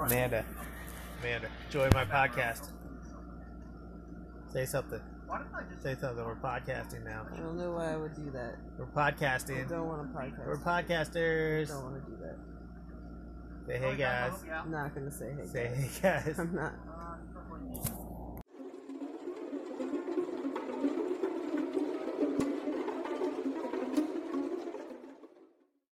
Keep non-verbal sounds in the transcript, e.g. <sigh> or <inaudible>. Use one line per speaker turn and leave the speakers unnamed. Amanda, Amanda, join my podcast. Say something. Say something. We're podcasting now.
I don't know why I would do that.
We're
I
podcasting.
don't want to podcast.
We're
I
podcasters.
don't want to do that.
Say hey guys.
<laughs> I'm not gonna say hey.
Say
guys.
hey guys.
I'm not.